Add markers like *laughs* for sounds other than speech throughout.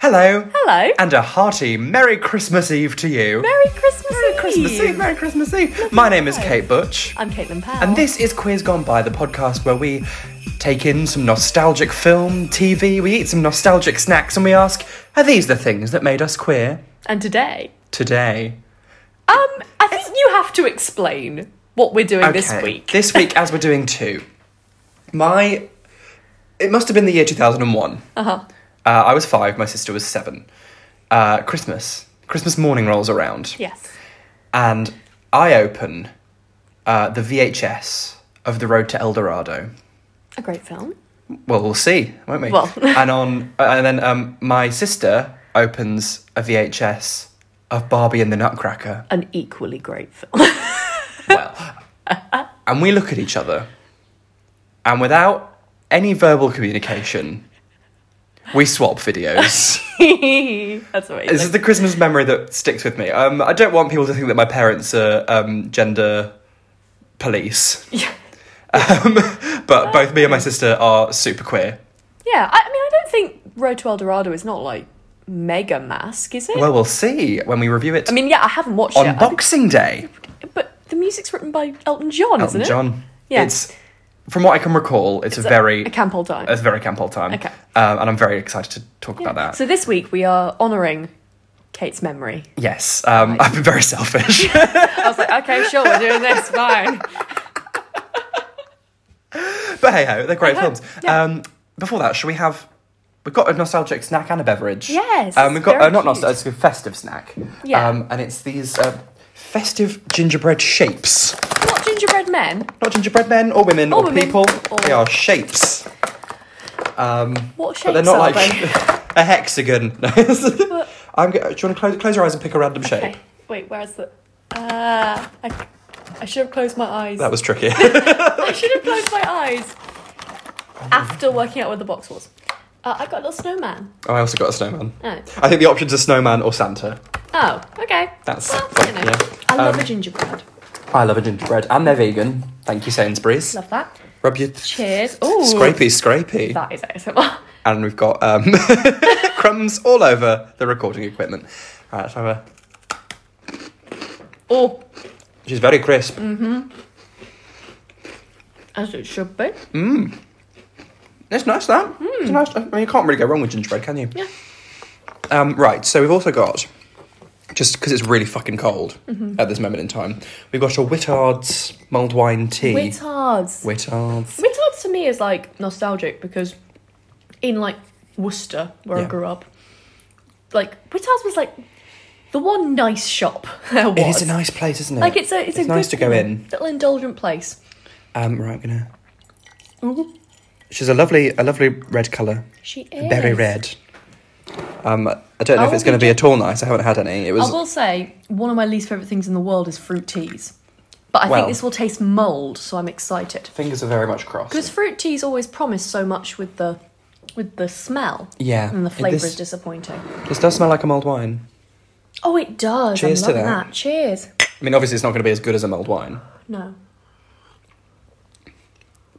Hello. Hello. And a hearty Merry Christmas Eve to you. Merry Christmas Merry Christmas Eve. Merry Christmas Eve. My name is life. Kate Butch. I'm Caitlin Powell. And this is Queers Gone By, the podcast where we take in some nostalgic film, TV, we eat some nostalgic snacks, and we ask, are these the things that made us queer And today, today? um, I think you have to explain what we're doing this week. This week, as we're doing two, my. It must have been the year 2001. Uh-huh. Uh, I was five, my sister was seven. Uh, Christmas. Christmas morning rolls around. Yes. and I open uh, the VHS of The Road to El Dorado. A great film. Well, we'll see, won't we? Well. *laughs* and on, and then um, my sister opens a VHS of Barbie and the Nutcracker. An equally great film. *laughs* Well, and we look at each other, and without any verbal communication, we swap videos. That's amazing. this is the Christmas memory that sticks with me. Um, I don't want people to think that my parents are um, gender police. yeah. Um, but both me and my sister are super queer. *laughs* yeah, I, I mean, I don't think Road to El Dorado is not like mega mask, is it? Well, we'll see when we review it I mean, yeah, I haven't watched on it, I- Boxing Day. but the music's written by Elton John, isn't it? John, Yeah. it's from what I can recall, it's, a very a camp all time. it's very camp old time. Okay. um, and I'm very excited to talk about that. So this week we are honouring Kate's memory. yes, um, I've been very selfish. *laughs* I was like, okay, sure, we're doing this, fine. But hey ho, they're great Hey ho, films. yeah. Um, before that, should we have? We've got a nostalgic snack and a beverage. Yes, Um, we've got very uh, not cute. nostalgic, it's a festive snack. Yeah. Um, and it's these uh, festive gingerbread shapes. Not gingerbread men. Not gingerbread men or women or, Or women, people. or- They are shapes. Um, What shapes but they're not are like they? a hexagon. *laughs* No, it's- I'm. Go- do you want to close, close your eyes and pick a random *laughs* shape? Okay. Wait, where's the? Uh, I, I should have closed my eyes. That was tricky. *laughs* *laughs* I should have closed my eyes Hmm. after working out where the box was. Uh, I got a little snowman. oh, I also got a snowman. Oh, I think the options are snowman or Santa. oh, okay. That's- well, you know. yeah. I love Um, a gingerbread. I love a gingerbread, and they're vegan. Thank you, Sainsbury's. Love that. Rub your Cheers. Oh, scrapey, scrapey. That is ASMR. And we've got um, *laughs* crumbs all over the recording equipment. Right, so uh, Oh, she's very crisp. as it should be. It's nice that. It's nice. I mean, you can't really go wrong with gingerbread, can you? Hmm. Yeah. Um, right, so we've also got, just because it's really fucking cold Mm-hmm. at this moment in time, we've got a Wittard's mulled wine tea. Wittards. Wittard's. Wittards to me is like nostalgic because in like Worcester, where Yeah. I grew up, like Wittards was like the one nice shop *laughs* there was. It is a nice place, isn't it? like it's a it's, a nice good to go in. little indulgent place. Um, right, I'm gonna. She's a lovely, a lovely red color, She is berry red. Um, I don't know I if it's will going to be be a tall nice. I haven't had any. It I was will say one of my least favorite things in the world is fruit teas, but I Well- think this will taste mold, so I'm excited fingers are very much crossed. because fruit teas always promise so much with the with the smell. Yeah, and the it- flavor this- is disappointing. This does smell like a mulled wine. Oh, it does. Cheers to I'm loving that. that. Cheers. I mean, obviously, it's not going to be as good as a mulled wine. No.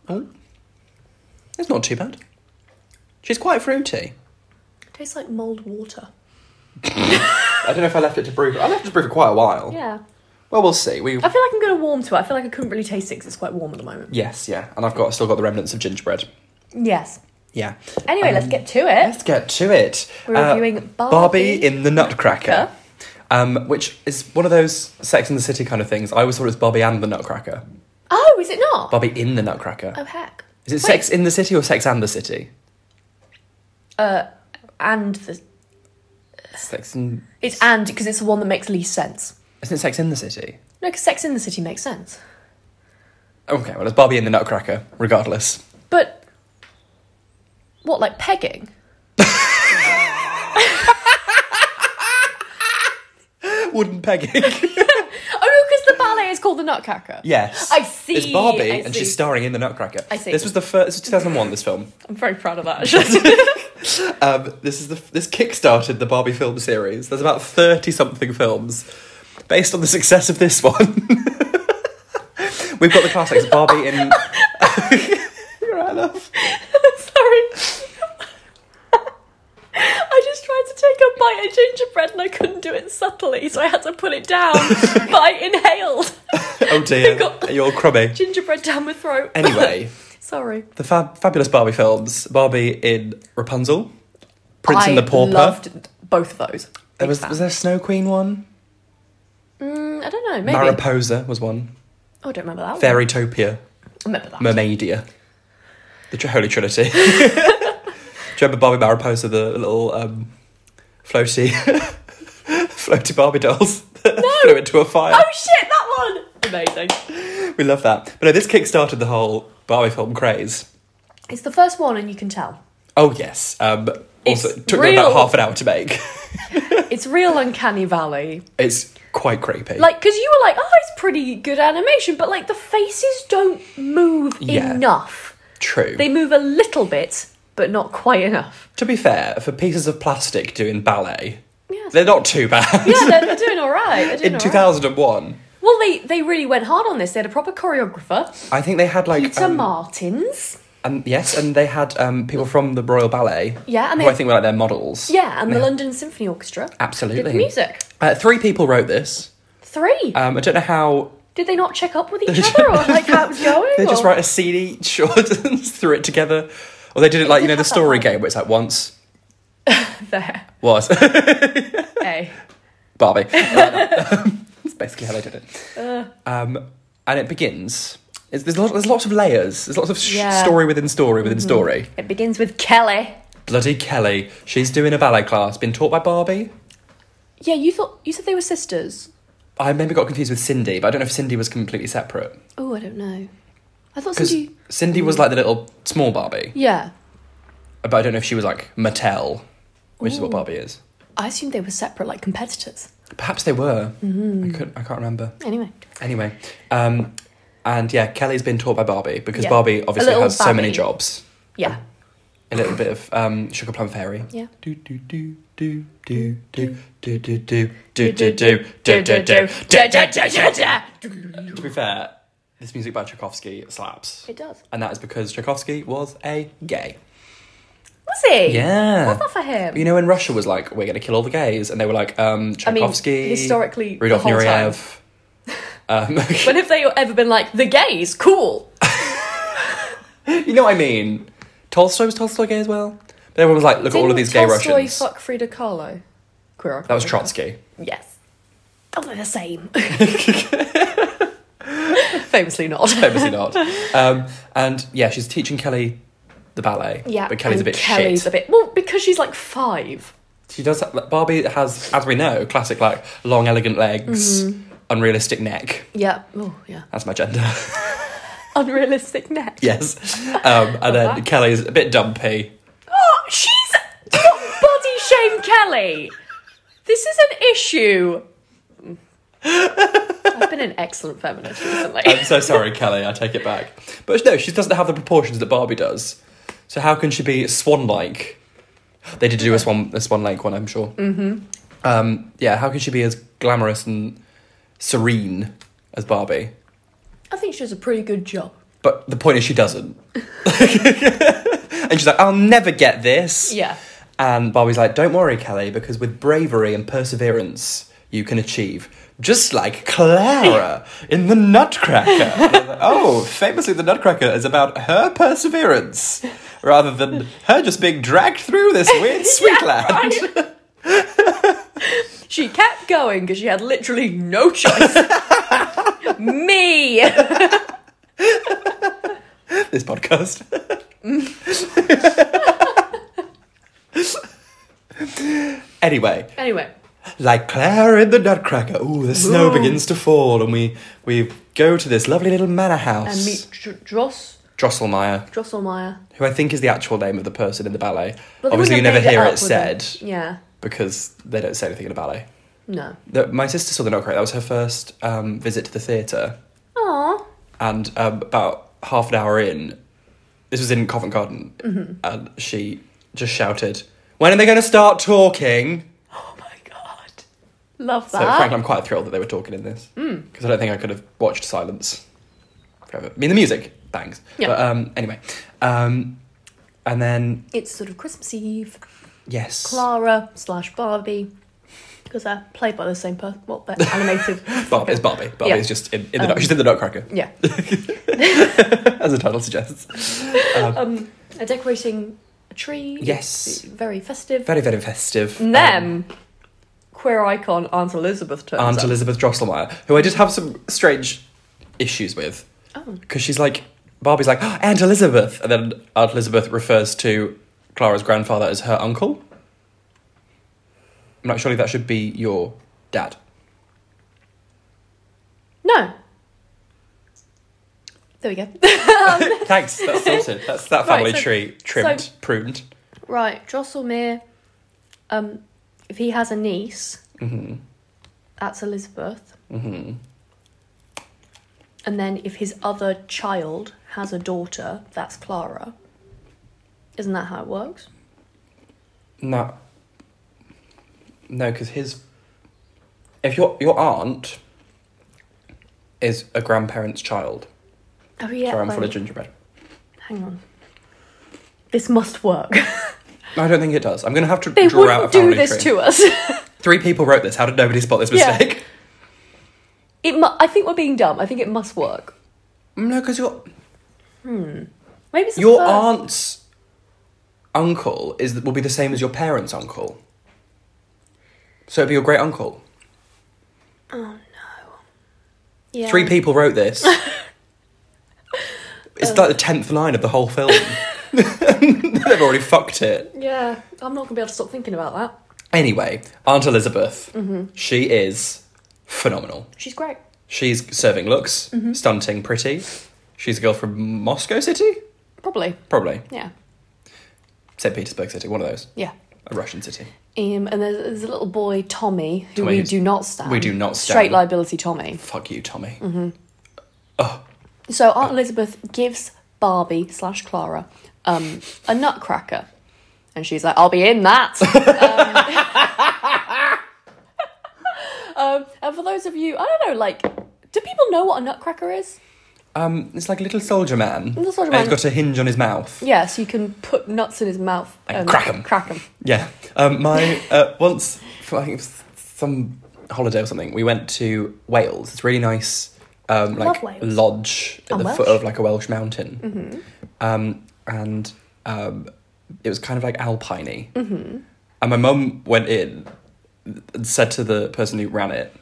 Oh, it's not too bad. She's quite fruity. Tastes like mulled water. I don't know if I left it to brew. I left it to brew for quite a while. Yeah. Well, we'll see. We I feel like I'm going to warm to it. I feel like I couldn't really taste it because it's quite warm at the moment. yes, yeah, and I've got still got the remnants of gingerbread. Yes. Yeah. Anyway, let's get to it. Let's get to it. Uh, We're reviewing Barbie in the Nutcracker, Nutcracker. um, which is one of those Sex in the City kind of things. I always thought it was Barbie and the Nutcracker. Oh, is it not? Barbie in the Nutcracker. oh, heck. Is it Sex in the City or Sex and the City? And the. Sex in It's and because it's the one that makes least sense. isn't it Sex in the City? No, because Sex in the City makes sense. Okay, well it's Barbie in the Nutcracker, regardless. But. What, like pegging? Wooden pegging. Oh, no, because the ballet is called the Nutcracker. yes. I see, It's Barbie I and see. she's starring in the Nutcracker. I see. This was the first. This was 2001. This film. I'm very proud of that, *laughs* actually. Um, this is the this kickstarted the Barbie film series. There's about thirty something films based on the success of this one. *laughs* We've got the classics Barbie in. oh *laughs* You're right, love. Sorry. *laughs* I just tried to bite a gingerbread and I couldn't do it subtly, so I had to put it *laughs* down. but I inhaled Oh dear, got- you're crummy. gingerbread down my throat. Anyway, *laughs* Sorry. the fab- fabulous Barbie films. Barbie in Rapunzel, Prince I and the Pauper. loved both of those. there Big was, fan. was there a Snow Queen one? Mm, I don't know, maybe. Mariposa was one. oh, I don't remember that one. Fairytopia, I remember that. Mermaidia, the tr- Holy Trinity. *laughs* Do you remember Barbie Mariposa, the little um, floaty, *laughs* floaty Barbie dolls *laughs* that flew into a fire? Oh shit, that one! Amazing. We love that. But no, this kickstarted the whole Barbie film craze. It's the first one, and you can tell. Oh yes. Um, also, It's it took them about real. half an hour to make. *laughs* It's real uncanny valley. It's quite creepy. Like, because you were like, oh, it's pretty good animation, but like the faces don't move Yeah. enough. True. They move a little bit, but not quite enough. To be fair, for pieces of plastic doing ballet, Yes. they're not too bad. *laughs* yeah, they're, they're doing all right. They're doing In all right. 2001, Well, they, they really went hard on this. They had a proper choreographer, I think they had like Peter um, Martins. um, yes, and they had um, people from the Royal Ballet. Yeah, and who they- I think were like their models. Yeah, and the London Symphony Orchestra. absolutely. Did the music. Uh, three people wrote this. Three. Um, I don't know how Did they not check *laughs* up with each other or like how it was going? They just or- write a scene *laughs* each or threw it together. Or they did it like, you did know, the have that story vibe. game where it's like once *laughs* there. was *laughs* Hey. *laughs* Barbie. That's basically how they did it. Uh. Um, and it begins. It's, there's, lot, there's lots of layers. There's lots of sh- Yeah. Mm-hmm. story within story within story. It begins with Kelly. Bloody Kelly. She's doing a ballet class, been taught by Barbie. Yeah, you thought you said they were sisters. I maybe got confused with Cindy, but I don't know if Cindy was completely separate. Oh, I don't know. I thought Because Cindy. Cindy was like the little small Barbie, Yeah, but I don't know if she was like Mattel, which is what Barbie is. I assumed they were separate, like competitors. Perhaps they were. I, couldn't, I can't remember. Anyway, Anyway, um, and yeah, Kelly's been taught by Barbie because Yeah. Barbie A obviously little has so many Barbie. jobs. yeah, A little bit of um, Sugar Plum Fairy. Yeah. Do do do do do do do do do do do do do do do do do do do. To be fair, this music by Tchaikovsky slaps, it does. and that is because Tchaikovsky was a gay. Was he? Yeah. What's that for him? You know, when Russia was like, "We're going to kill all the gays," and they were like, um, I mean, Tchaikovsky, historically, the Rudolf whole time. Nureyev. *laughs* Um, *laughs* But have they ever been like the gays? Cool. You know what I mean? Tolstoy was Tolstoy gay as well. But everyone was like, look at all of Didn't these gay Tolstoy Russians. fuck Frida Kahlo. Queer That was icon. *laughs* Trotsky. Yes. Oh, they're the same. *laughs* Famously not. Famously not. Um, and yeah, she's teaching Kelly the ballet. *laughs* Yeah, But Kelly's and a bit Kelly's shit. a bit well because she's like five. She does. Barbie has, as we know, classic like long, elegant legs, Mm-hmm. unrealistic neck. Yeah. Oh, yeah. That's my gender. *laughs* Unrealistic neck. yes. Um, and then that. Kelly's a bit dumpy. Oh, she's do not body shame Kelly. This is an issue. I've been an excellent feminist recently. I'm so sorry, Kelly. I take it back. But no, she doesn't have the proportions that Barbie does. So how can she be swan-like? They did do a swan, a swan-like one, I'm sure. Mm-hmm. Um, yeah, how can she be as glamorous and serene as Barbie? I think she does a pretty good job. But the point is, she doesn't. *laughs* and she's like, "I'll never get this." Yeah. And Barbie's like, "Don't worry, Kelly, because with bravery and perseverance, you can achieve." Just like *laughs* Clara in the Nutcracker. *laughs* And I was like, oh, famously, the Nutcracker is about her perseverance rather than her just being dragged through this *laughs* weird sweet land. She kept going because she had literally no *laughs* choice. Me. *laughs* This podcast. anyway, Anyway, like Claire in the Nutcracker. Ooh, the snow Ooh. begins to fall, and we we go to this lovely little manor house. and um, meet Dr- Dross Drosselmeyer, Drosselmeyer. who I think is the actual name of the person in the ballet. But they Obviously, you wouldn't never have made hear up, it would they? said Yeah. because they don't say anything in a ballet. No. The- my sister saw the Nutcracker. That was her first um, visit to the theatre, Aw. and um, about half an hour in, this was in Covent Garden, Mm-hmm. and she just shouted, "When are they going to start talking?" Oh my god. Love So, that. frankly, I'm quite thrilled that they were talking in this because Mm. I don't think I could have watched silence forever. I mean, the music bangs, Yeah. but um, anyway, um, and then it's sort of Christmas Eve. Yes. Clara slash Barbie, because they're played by the same person. Well, they're *laughs* animated. Barbie is Barbie. Barbie Yeah. Um, is just in, in the nut she's in the Nutcracker, *laughs* yeah. as the title suggests. Um, they're decorating a tree. Yes. Very festive. Very very festive. and Um, then, queer icon Aunt Elizabeth turns Aunt up. Elizabeth Drosselmeyer, who I did have some strange issues with. Oh. Because she's like, Barbie's like, "Oh, Aunt Elizabeth. And then Aunt Elizabeth refers to Clara's grandfather as her uncle. I'm not surely that should be your *laughs* dad. No. There we go. *laughs* Thanks, that's sorted. That's that Right, family so- tree trimmed, so- pruned. right, Drosselmeer. Um, if he has a niece, hmm that's Elizabeth. hmm And then if his other child has a daughter, that's Clara. Isn't that how it works? No. No, because his. If your your aunt is a grandparent's child, Oh yeah. sorry, I'm full wait. of gingerbread. Hang on. This must work. No, I don't think it does. I'm going to have to *laughs* they draw out a wouldn't family do this tree. to us. *laughs* Three people wrote this. How did nobody spot this Yeah. mistake? *laughs* it. Mu- I think we're being dumb. I think it must work. No, because your Maybe it's the your first- aunt's uncle is will be the same as your parents' uncle. So it'd be your great uncle. Yeah. Three people wrote this. *laughs* it's like the tenth line of the whole film. *laughs* *laughs* They've already fucked it. Yeah, I'm not gonna be able to stop thinking about that. Anyway, Aunt Elizabeth, Mm-hmm. she is phenomenal. She's great. She's serving looks, Mm-hmm. stunting, pretty. She's a girl from Moscow City, Probably. probably Yeah. St. Petersburg City, one of those, Yeah. a Russian city. Um, and there's, there's a little boy, Tommy, who Tommy, we who's- do not stand. we do not Straight stand. liability, Tommy. Fuck you, Tommy. Mm-hmm. So Aunt Elizabeth gives Barbie slash Clara um, a nutcracker, and she's like, "I'll be in *laughs* that." *laughs* um, um, and for those of you, I don't know, like, do people know what a nutcracker is? Um, it's like a little soldier man. Little soldier And he's man. got a hinge on his mouth. Yeah, so you can put nuts in his mouth And crack 'em. Crack 'em. Yeah. Um, my *laughs* uh, once for I think it was some holiday or something, we went to Wales. It's a really nice, um, like Love Wales. lodge at I'm the Welsh. foot of like a Welsh mountain, um, and um, it was kind of like alpiney. Mm-hmm. And my mum went in and said to the person who ran it,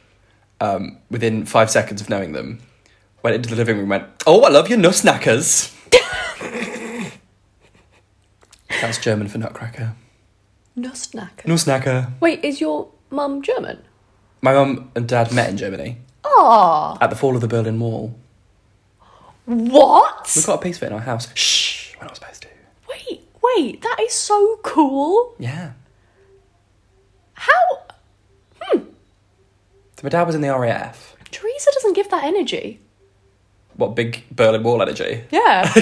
um, within five seconds of knowing them, went into the living room, and went, "Oh, I love your *laughs* nussnackers." That's German for nutcracker. Mm. Nussnacker. Nussnacker. Wait, is your mum German? My mum and dad met in Germany Ah, at the fall of the Berlin Wall. what? We got a piece of it in our house. Shh, we're not supposed to. Wait, wait, that is so cool. Yeah. How? So my dad was in the RAF. Teresa doesn't give that energy. What big Berlin Wall energy? Yeah. *laughs*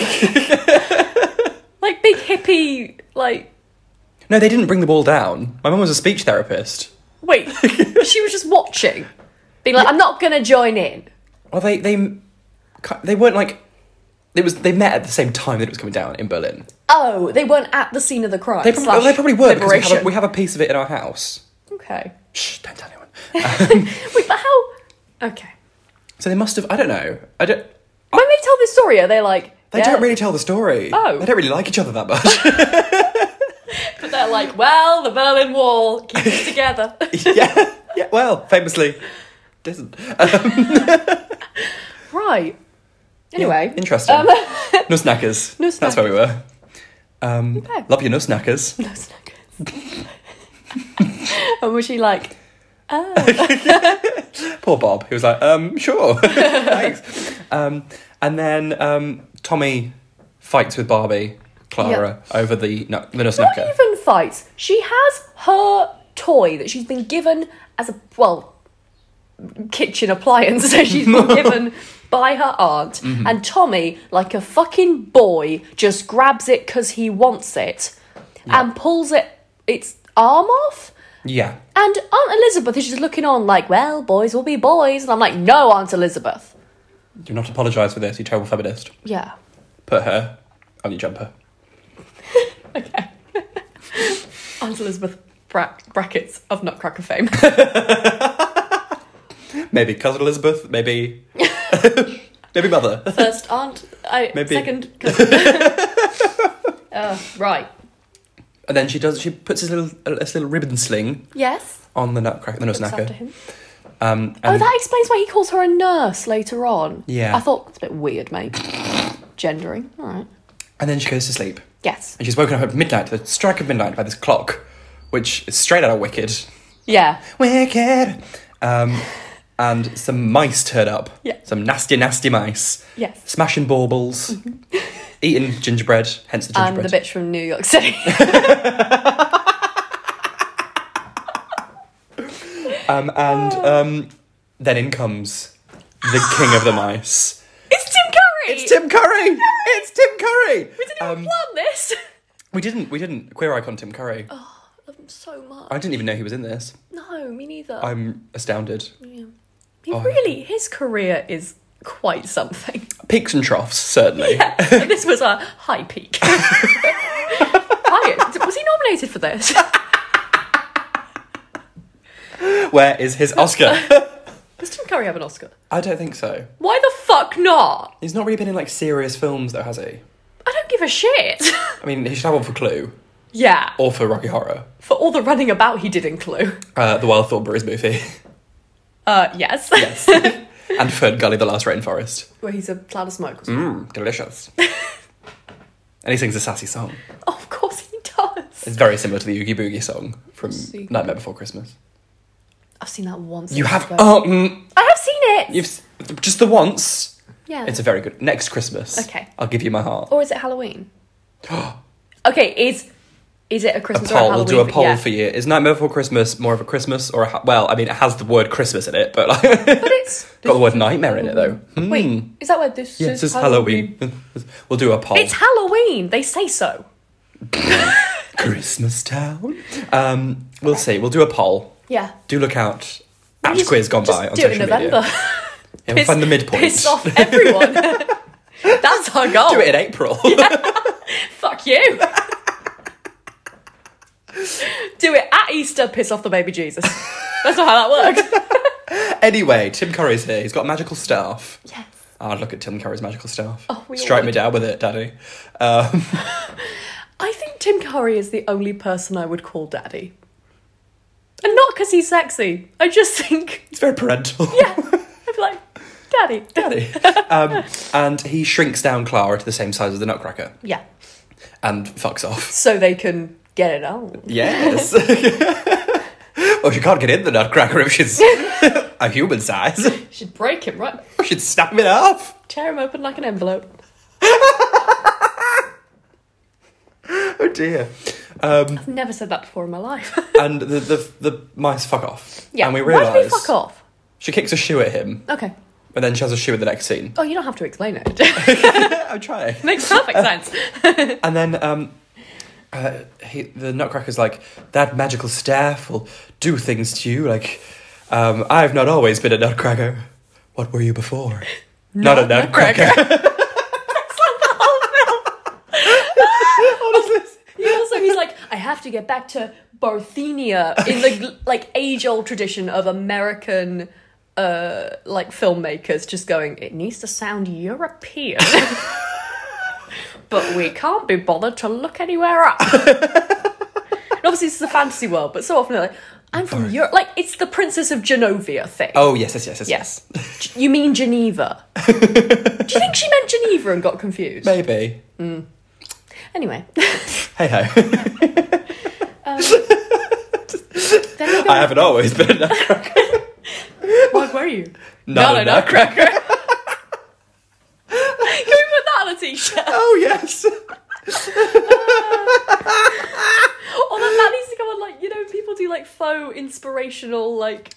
like big hippie, like. No, they didn't bring the wall down. My mum was a speech therapist. *laughs* Wait, she was just watching. Being like, I'm not gonna join in. Well, they they they weren't like it was. They met at the same time that it was coming down in Berlin. Oh, they weren't at the scene of the crime. They, prob- slash well, they probably were because we have, liberation. a, we have a piece of it in our house. Okay. Shh, don't tell anyone. *laughs* Um, Wait, but how? Okay. So they must have. I don't know. I don't. When they tell this story, are they like. They yeah, don't really tell the story. Oh. They don't really like each other that much. But they're like, well, the Berlin Wall *laughs* keeps us together. yeah, yeah. Well, famously, doesn't. right. Anyway. interesting. Um, *laughs* Nussnackers. Nussnackers. That's where we were. Um, Okay. Love your nussnackers. *laughs* No snuggers. and was she like, Poor Bob, who was like, um, sure, *laughs* thanks. Um, and then um, Tommy fights with Barbie, Clara, over the nu- the not nussnacker. even fights. She has her toy that she's been given as a, well, kitchen appliance *laughs* that she's been given by her aunt. And Tommy, like a fucking boy, just grabs it because he wants it and pulls it, its arm off. Yeah. And Aunt Elizabeth is just looking on like, well, boys will be boys. And I'm like, no, Aunt Elizabeth. Do not apologise for this, you terrible feminist. Yeah. Put her on your jumper. Aunt Elizabeth bra- brackets of Nutcracker fame. Maybe cousin Elizabeth, *laughs* maybe. maybe mother. First aunt, I Maybe. *laughs* second cousin. uh, right. And then she does. She puts his little, this little ribbon sling Yes. on the nutcracker, the Looks after nutsnacker. him. Um, Oh, and that explains why he calls her a nurse later on. Yeah. I thought that's a bit weird, mate. Gendering. All right. and then she goes to sleep. Yes. And she's woken up at midnight, the strike of midnight, by this clock, which is straight out of Wicked. Yeah. Wicked! Um, and some mice turn up. Yeah. Some nasty, nasty mice. Yes. Mm-hmm. Smashing baubles, eating gingerbread, hence the And gingerbread. the bitch from New York *laughs* City. *laughs* um, and um, then in comes the king of the mice. it's Tim Curry. It's Tim Um, Curry! It's Tim Curry! We didn't even plan this. *laughs* We didn't, we didn't. Queer icon Tim Curry. Oh. Love him so much. I didn't even know he was in this. no, me neither. I'm astounded. Yeah. He really, his career is quite *laughs* something. Peaks and troughs, certainly. *laughs* And this was a *laughs* high peak. *laughs* Hi, was he nominated for *laughs* this? Where is his Oscar? *laughs* Does Tim Curry have an Oscar? I don't think so. Why the fuck not? He's not really been in like serious films though, has he? I don't give a shit. *laughs* I mean, he should have one for Clue yeah. or for Rocky Horror, For all the running about he did in Clue. uh, the Wild Thornberrys movie, *laughs* Uh, yes. Yes. and Fern Gully, The Last Rainforest. *laughs* Where he's a cloud of smoke. or something. Mmm, delicious. *laughs* and he sings a sassy song. Oh, of course he does. It's very similar to the Oogie Boogie song from See. Nightmare Before Christmas. I've seen that once. You have Ago. oh, mm, I have seen it. you've s- just the once. yeah. It's a very good next Christmas. Oh. Okay. I'll give you my heart. or is it *gasps* Halloween? okay, is is it a A Christmas or a poll. We'll Halloween? do a but poll yeah. for you. Is Nightmare Before Christmas more of a Christmas or a ha- well? I mean, it has the word Christmas in it, but like, *laughs* But it's got the word nightmare in it though. Hmm. wait, is that where this? Yeah, is this is Halloween. *laughs* we'll do a poll. It's Halloween. They say so. Christmas Town. Um, we'll see. We'll do a poll. Yeah. Do look out at Just- quiz gone just by on do it in social November. media. *laughs* Yeah, we'll Piss- find the midpoint. Piss off *laughs* everyone. That's our goal. Do it in *laughs* April. Fuck you. do it at Easter. Piss off the baby Jesus. That's not how that *laughs* works. *laughs* anyway, Tim Curry's here. He's got magical staff. yes. I'd look at Tim Curry's magical staff. Oh, we all Strike me would. down with it, Daddy. Um, I think Tim Curry is the only person I would call daddy. And not because he's sexy. I just think, it's very parental. *laughs* yeah, I'd be like, daddy. Daddy. Um, and he shrinks down Clara to the same size as the Nutcracker Yeah. and fucks off. *laughs* So they can get it on. Yes. *laughs* well, she can't get in the nutcracker if *laughs* she's a human size. Should break him, right? *laughs* She'd snap it off. Tear him open like an envelope. Oh dear. Um, I've never said that before in my life. *laughs* and the, the the mice fuck off. yeah. And we Why do we realise fuck off? she kicks a shoe at him, Okay. and then she has a shoe in the next *laughs* scene. *laughs* Oh, you don't have to explain it. I'm trying. *laughs* Makes perfect sense. And then um, uh, he, the nutcracker's like, "That magical staff will do things to you. Like, um, I've not always been a nutcracker. What were you before? Not, a nutcracker." It's like the whole film. Honestly. He also he's like, I have to get back to Barthenia in the like age old tradition of American uh like filmmakers just going, it needs to sound European. *laughs* but we can't be bothered to look anywhere up. and obviously this is a fantasy world, but so often they're like, I'm from Europe like it's the Princess of Genovia thing. Oh yes, yes, yes, yes. Yes. G- You *laughs* mean Geneva. Do you think she meant Geneva and got confused? Maybe. Anyway. *laughs* Hey *laughs* ho. Then they go I haven't always been a nutcracker. What were *laughs* you? Not a nutcracker. Can we put that on a t-shirt? *laughs* *laughs* Oh yes. Or Oh, that, that needs to come on like you know people do like faux inspirational like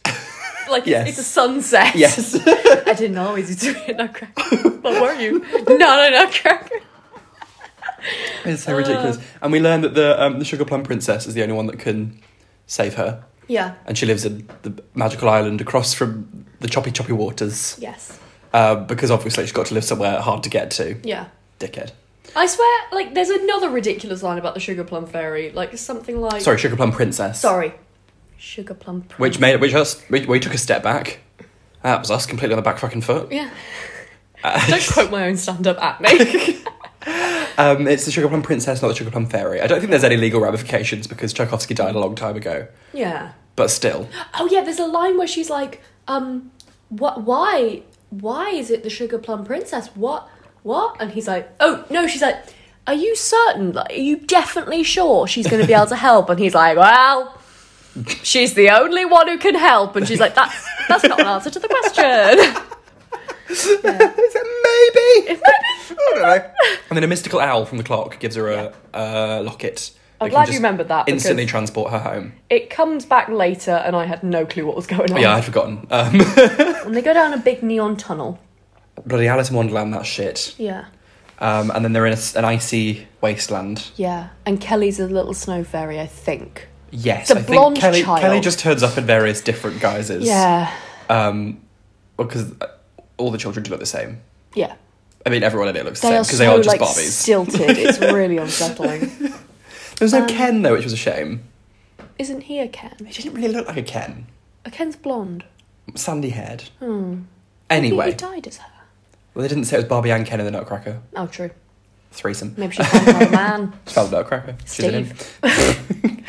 like Yes. it's, it's a sunset. Yes. *laughs* I didn't always used to be a nutcracker. what were you? Not a nutcracker. *laughs* it's so *sighs* ridiculous. And we learn that the um, the sugar plum princess is the only one that can save her, Yeah. and she lives in the magical island across from the choppy choppy waters. Yes. Uh, because obviously she's got to live somewhere hard to get to. Yeah. Dickhead. I swear, like, there's another ridiculous line about the Sugar Plum Fairy. Like, something like. Sorry, Sugar Plum Princess. Sorry. Sugar Plum Prince. Which made which us we, we took a step back. That was us completely on the back fucking foot. Yeah. Don't quote my own stand up at me. Um, it's the Sugar Plum Princess, not the Sugar Plum Fairy. I don't think there's any legal ramifications because Tchaikovsky died a long time ago. yeah. But still, Oh, yeah, there's a line where she's like, um, what, why, why is it the Sugar Plum Princess? What, what? And he's like, oh, no, she's like, are you certain? Like, are you definitely sure she's going to be able to help? And he's like, well, she's the only one who can help. And she's like, that's, that's not an answer to the question. is it maybe? I don't know. Oh, And then a mystical owl from the clock gives her a uh, locket. I'm glad you remembered that because- Instantly transport her home. *laughs* It comes back later, and I had no clue what was going on. Yeah, I'd forgotten. Um, And they go down a big neon tunnel. bloody Alice in Wonderland, that shit. Yeah. Um, and then they're in a s an icy wasteland. Yeah. And Kelly's a little snow fairy, I think. Yes, The I blonde think Kelly, child. Kelly just turns up in various different guises. Yeah. Um, because all the children do look the same. Yeah. I mean, everyone in it looks the They same are because so they are just like Barbies. stilted. *laughs* It's really unsettling. there was no Ken though, which was a shame. Isn't he a Ken? He didn't really look like a Ken. A Ken's blonde. Sandy haired. Hmm. Maybe Anyway, he dyed his hair. well, they didn't say it was Barbie and Ken in the Nutcracker Oh, true. threesome. Maybe she found her a man. It's called Nutcracker. *laughs* She's in Steve. it.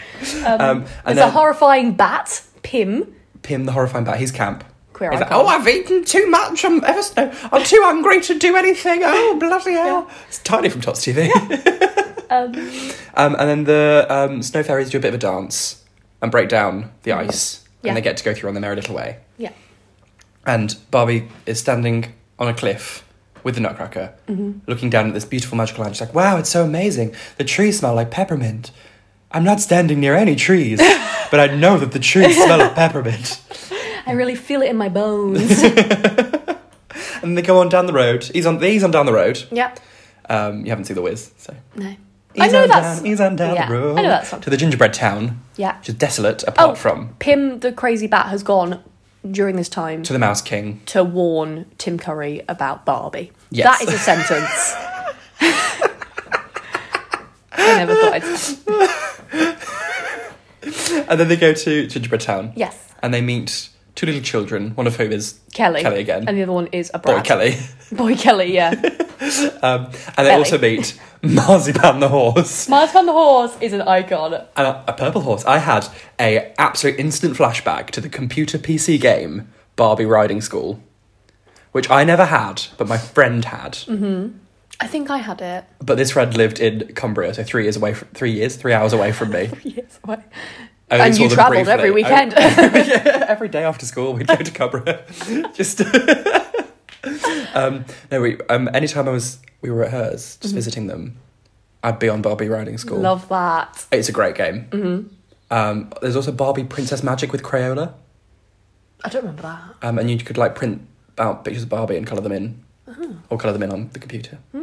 *laughs* um, There's and a then horrifying bat, Pim. Pim the horrifying bat. He's camp. Queer He's like, icon. oh, I've eaten too much. I'm ever so. I'm too hungry to do anything. Oh, bloody hell! It's tiny from Tots *laughs* TV. Um, Um, and then the um, snow fairies do a bit of a dance and break down the ice, Mm-hmm. Yeah. and they get to go through on their merry little way. yeah. And Barbie is standing on a cliff with the Nutcracker, Mm-hmm. looking down at this beautiful magical land. She's like, "Wow, it's so amazing! The trees smell like peppermint. I'm not standing near any *laughs* trees, but I know that the trees smell of peppermint." I really feel it in my *laughs* bones. And they go on down the road. He's on. He's on down the road. yep. Um, you haven't seen the Wiz, so. No. I He's know on that's. Down, he's on down yeah, the road I know that song. to the gingerbread town, Yeah. Oh. which is desolate apart from Pim the crazy bat has gone during this time to to, the Mouse King. warn Tim Curry about Barbie. Yes. That is a sentence. *laughs* I never thought I'd. And then they go to Gingerbread Town. Yes. And they meet two little children, one of whom is Kelly. Kelly again. And the other one is a Boy brat. Kelly. Boy Kelly, *laughs* yeah. Um, and they Kelly. also meet Marzipan the horse Mars Van the Horse is an icon. and a, a purple horse. I had a absolute instant flashback to the computer PC game Barbie Riding School, which I never had, but my friend had. Mm-hmm. I think I had it. But this friend lived in Cumbria, so three years away, from, three years, three hours away from me. *laughs* Yes. why- I only *laughs* And saw you them travelled briefly. every I- weekend. *laughs* yeah, every day after school we'd go to Cumbria. Just *laughs* um, no, we um, anytime I was we were at hers, just visiting them, I'd be on Barbie Riding School. Mm-hmm. Love Mm-hmm. that. It's a great game. Um, there's also Barbie Princess Magic with Crayola, I don't remember that. um, and you could like print out pictures of Barbie and color them in, Uh-huh. or color them in on the computer. *laughs*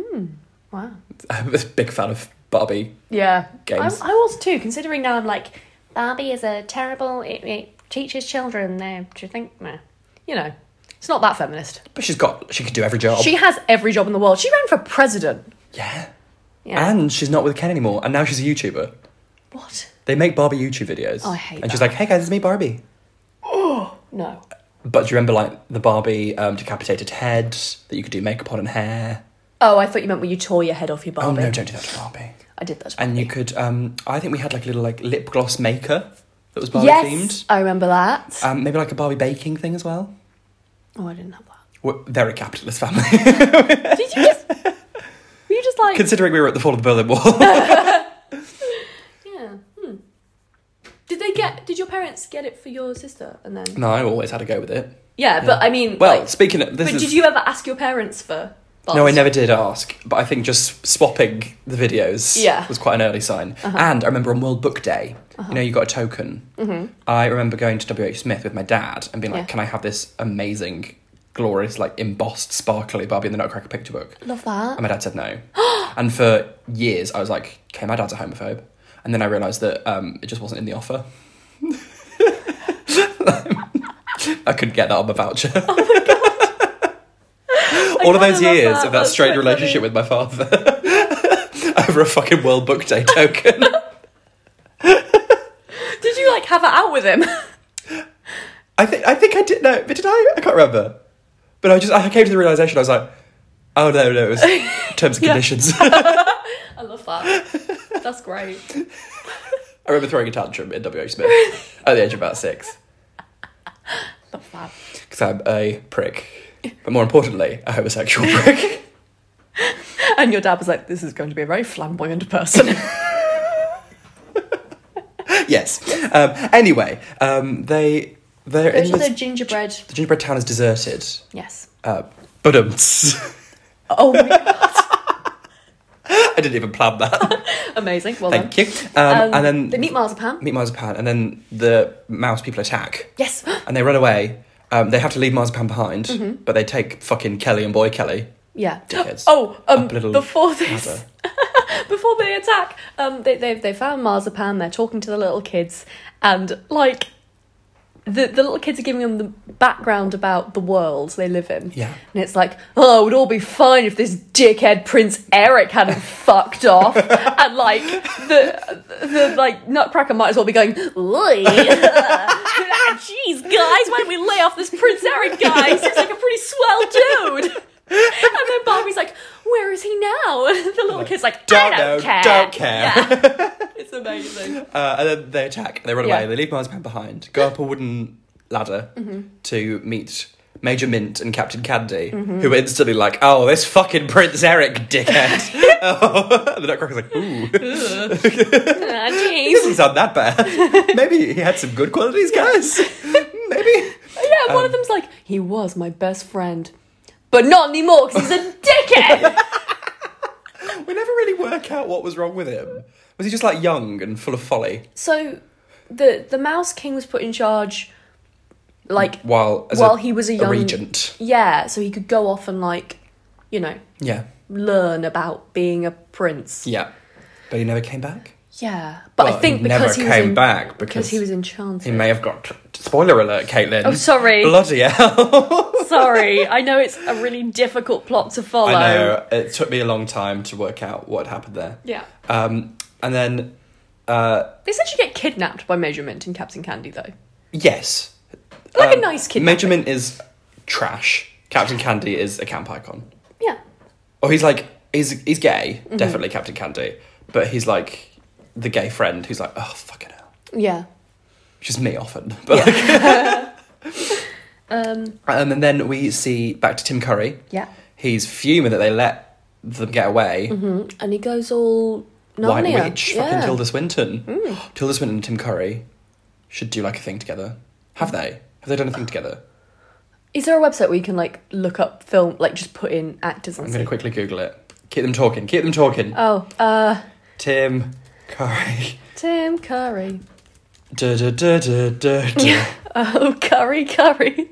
Wow. I'm a big fan of Barbie. Yeah. Games. I, I was too, considering now I'm like, Barbie is a terrible, it, it teaches children, uh, do you think? Nah. You know, it's not that feminist. But she's got she could do every job. She has every job in the world. She ran for president. yeah. Yeah. And she's not with Ken anymore, and now she's a YouTuber. What? They make Barbie YouTube videos. Oh, I hate And she's that. like, "Hey guys, it's me, Barbie." No. But do you remember like the Barbie um, decapitated head that you could do makeup on and hair? Oh, I thought you meant when you tore your head off your Oh Barbie. no, don't do that to Barbie. I did that. to And you Barbie. could um, I think we had like a little like lip gloss maker that was Barbie Yes, themed. I remember that. Um, maybe like a Barbie baking thing as well. oh, I didn't have that. We're very capitalist family. Did you just? *laughs* Were you just *laughs* like? Considering we were at the fall of the Berlin Wall. *laughs* Yeah. Hmm. Did they get? Did your parents get it for your sister? And then? no, I always had a go with it. Yeah, but I mean, Well, like, speaking of this but is- did you ever ask your parents for? Barbie? No, I never did ask, but I think just swapping the videos Yeah. Uh-huh. was quite an early sign. And I remember on World Book Day, you know, you got a token. I remember going to WH Smith with my dad and being like, Mm-hmm. Yeah. "Can I have this amazing, glorious, like embossed, sparkly Barbie and the Nutcracker picture book?" Love that. And my dad said *gasps* no. and for years, I was like, "Okay, my dad's a homophobe," and then I realised that um, it just wasn't in the offer. *laughs* I couldn't get that on my voucher. *laughs* All of kinda those *laughs* love years that. of that That's strained so relationship with funny. my father. *laughs* over a fucking World Book Day token. *laughs* Did you like have it out with him? *laughs* I think I think I did. No, but did I? I can't remember. But I just I came to the realization I was like, oh no, no, it *laughs* was terms and Yeah. conditions. *laughs* I love that. That's great. I remember throwing a tantrum in WH Smith at the age of about six Love that. because I'm a prick, but more importantly, a homosexual *laughs* prick. And your dad was like, "This is going to be a very flamboyant person." yes. Um, anyway, um, they they're in Those are this, the gingerbread. the gingerbread town is deserted. Yes. Uh, but *laughs* I Oh, my God. didn't even plan that. *laughs* amazing. Well Thank done. you. Um, Um, and then they meet Marzipan. meet Marzipan, and then the mouse people attack. Yes. *gasps* and they run away. Um, they have to leave Marzipan behind, Mm-hmm. but they take fucking Kelly and Boy Kelly. Yeah. Dickheads. *gasps* Oh, um, Up a little before this, ladder. *laughs* before they attack, um, they they they found Marzipan. They're talking to the little kids, and like, the the little kids are giving them the background about the world they live in. Yeah. and it's like, oh, it would all be fine if this dickhead Prince *laughs* Eric hadn't fucked off, and like the the like Nutcracker might as well be going, oi. *laughs* *laughs* Ah, Jeez, guys, why don't we lay off this Prince Eric guy? He seems like a pretty swell dude. *laughs* And then Barbie's like, "Where is he now?" *laughs* And the little kid's like, "I Don't don't know, care, don't care. Yeah. *laughs* It's amazing. Uh, and then they attack. They run Yeah. away. They leave Marzipan behind. Go up a wooden ladder Mm-hmm. to meet Major Mint and Captain Candy, Mm-hmm. who are instantly like, "Oh, this fucking Prince Eric dickhead." *laughs* *laughs* oh. The Nutcracker's like, "Ooh, Ah, this *laughs* Jeez. is not that bad. Maybe he had some good qualities, guys. *laughs* Maybe." Yeah, one of Um, them's like, "He was my best friend, but not anymore because he's a *laughs* dickhead." We never really work out what was wrong with him. Was he just like young and full of folly? so, the the Mouse King was put in charge, like, While Mm. as while a, he was a a young regent, Yeah, so he could go off and like, you know, yeah. learn about being a prince. Yeah. But he never came back? Yeah, but Well, I think he because never he was came in, back because because he was enchanted. He may have got. Spoiler alert, Caitlin. Oh, sorry. Bloody *laughs* hell. Sorry, I know it's a really difficult plot to follow. I know. It took me a long time to work out what happened there. Yeah, Um, and then, uh, they said you get kidnapped by Major Mint and Captain Candy though. yes. Like a Um, nice kid. Major Mint is trash. Captain Candy is a camp icon. Yeah, Oh, he's like, he's, he's gay, Mm-hmm. definitely Captain Candy. But he's like the gay friend who's like, oh, fucking hell. yeah. Which is me often. *laughs* But like, *laughs* Um, Um, *laughs* and then we see back to Tim Curry. Yeah. He's fuming that they let them get away. and he goes all White Narnia. Witch, uh, yeah. Mm. fucking Tilda Swinton. Tilda Swinton and Tim Curry should do like a thing together. Have they? Have they done a thing together? Is there a website where you can like look up film, like just put in actors and I'm see? going to quickly Google it. Keep them talking. Keep them talking. Oh, uh, Tim Curry. Tim Curry. Da, da, da, da, da, da. *laughs* Oh, Curry, Curry.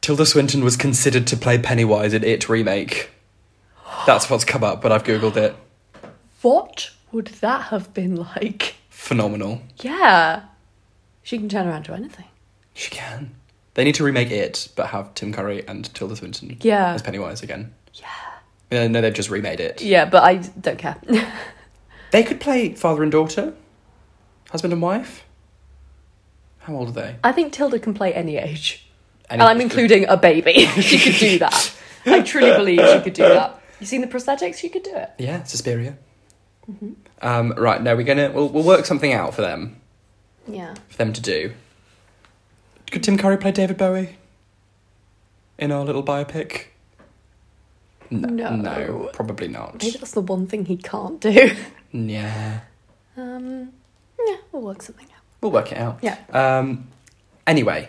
Tilda Swinton was considered to play Pennywise in It remake. That's what's come up, but I've Googled it. What would that have been like? Phenomenal. Yeah, she can turn around to anything. She can. They need to remake it, but have Tim Curry and Tilda Swinton Yeah. as Pennywise again. Yeah. No, no, they've just remade it. Yeah, but I don't care. *laughs* They could play father and daughter, husband and wife. How old are they? I think Tilda can play any age. And And I'm including a baby. *laughs* she could do that. I truly believe she could do that. You seen the prosthetics? She could do it. Yeah, Suspiria. Mm-hmm. Um, right, no, we're gonna we'll, we'll work something out for them Yeah. for them to do. Could Tim Curry play David Bowie in our little biopic? No. no, probably not. Maybe that's the one thing he can't do. Yeah. *laughs* Um, yeah, we'll work something out. We'll work it out. Yeah. Um, anyway,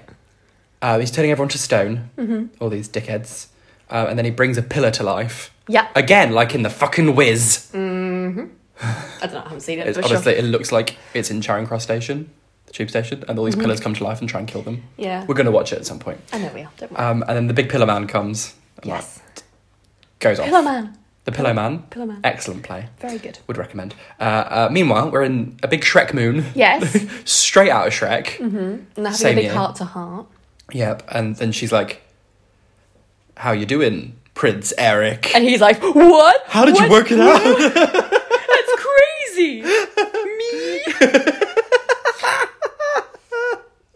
uh, he's turning everyone to stone, Mm-hmm. all these dickheads, uh, and then he brings a pillar to life. Yeah. Again, like in the fucking whiz. Mm-hmm. I don't know, I haven't seen it. It's, But honestly, sure. it looks like it's in Charing Cross Station, the tube station, and all Mm-hmm. these pillars come to life and try and kill them. Yeah. We're going to watch it at some point. I know we are, don't worry. Um, and then the big pillar man comes. and, like, yes. goes off. Pillow Man. The pillow man. Pillow Man. Excellent play. Very good. Would recommend. Uh, uh, meanwhile, we're in a big Shrek moon. *laughs* Yes. Mm-hmm. Straight out of Shrek. And they're having Same a big year. heart to heart. Yep, and then she's like, "How you doing?" Prince Eric. And he's like, What? How did you What? work it *laughs* out? That's crazy. Me.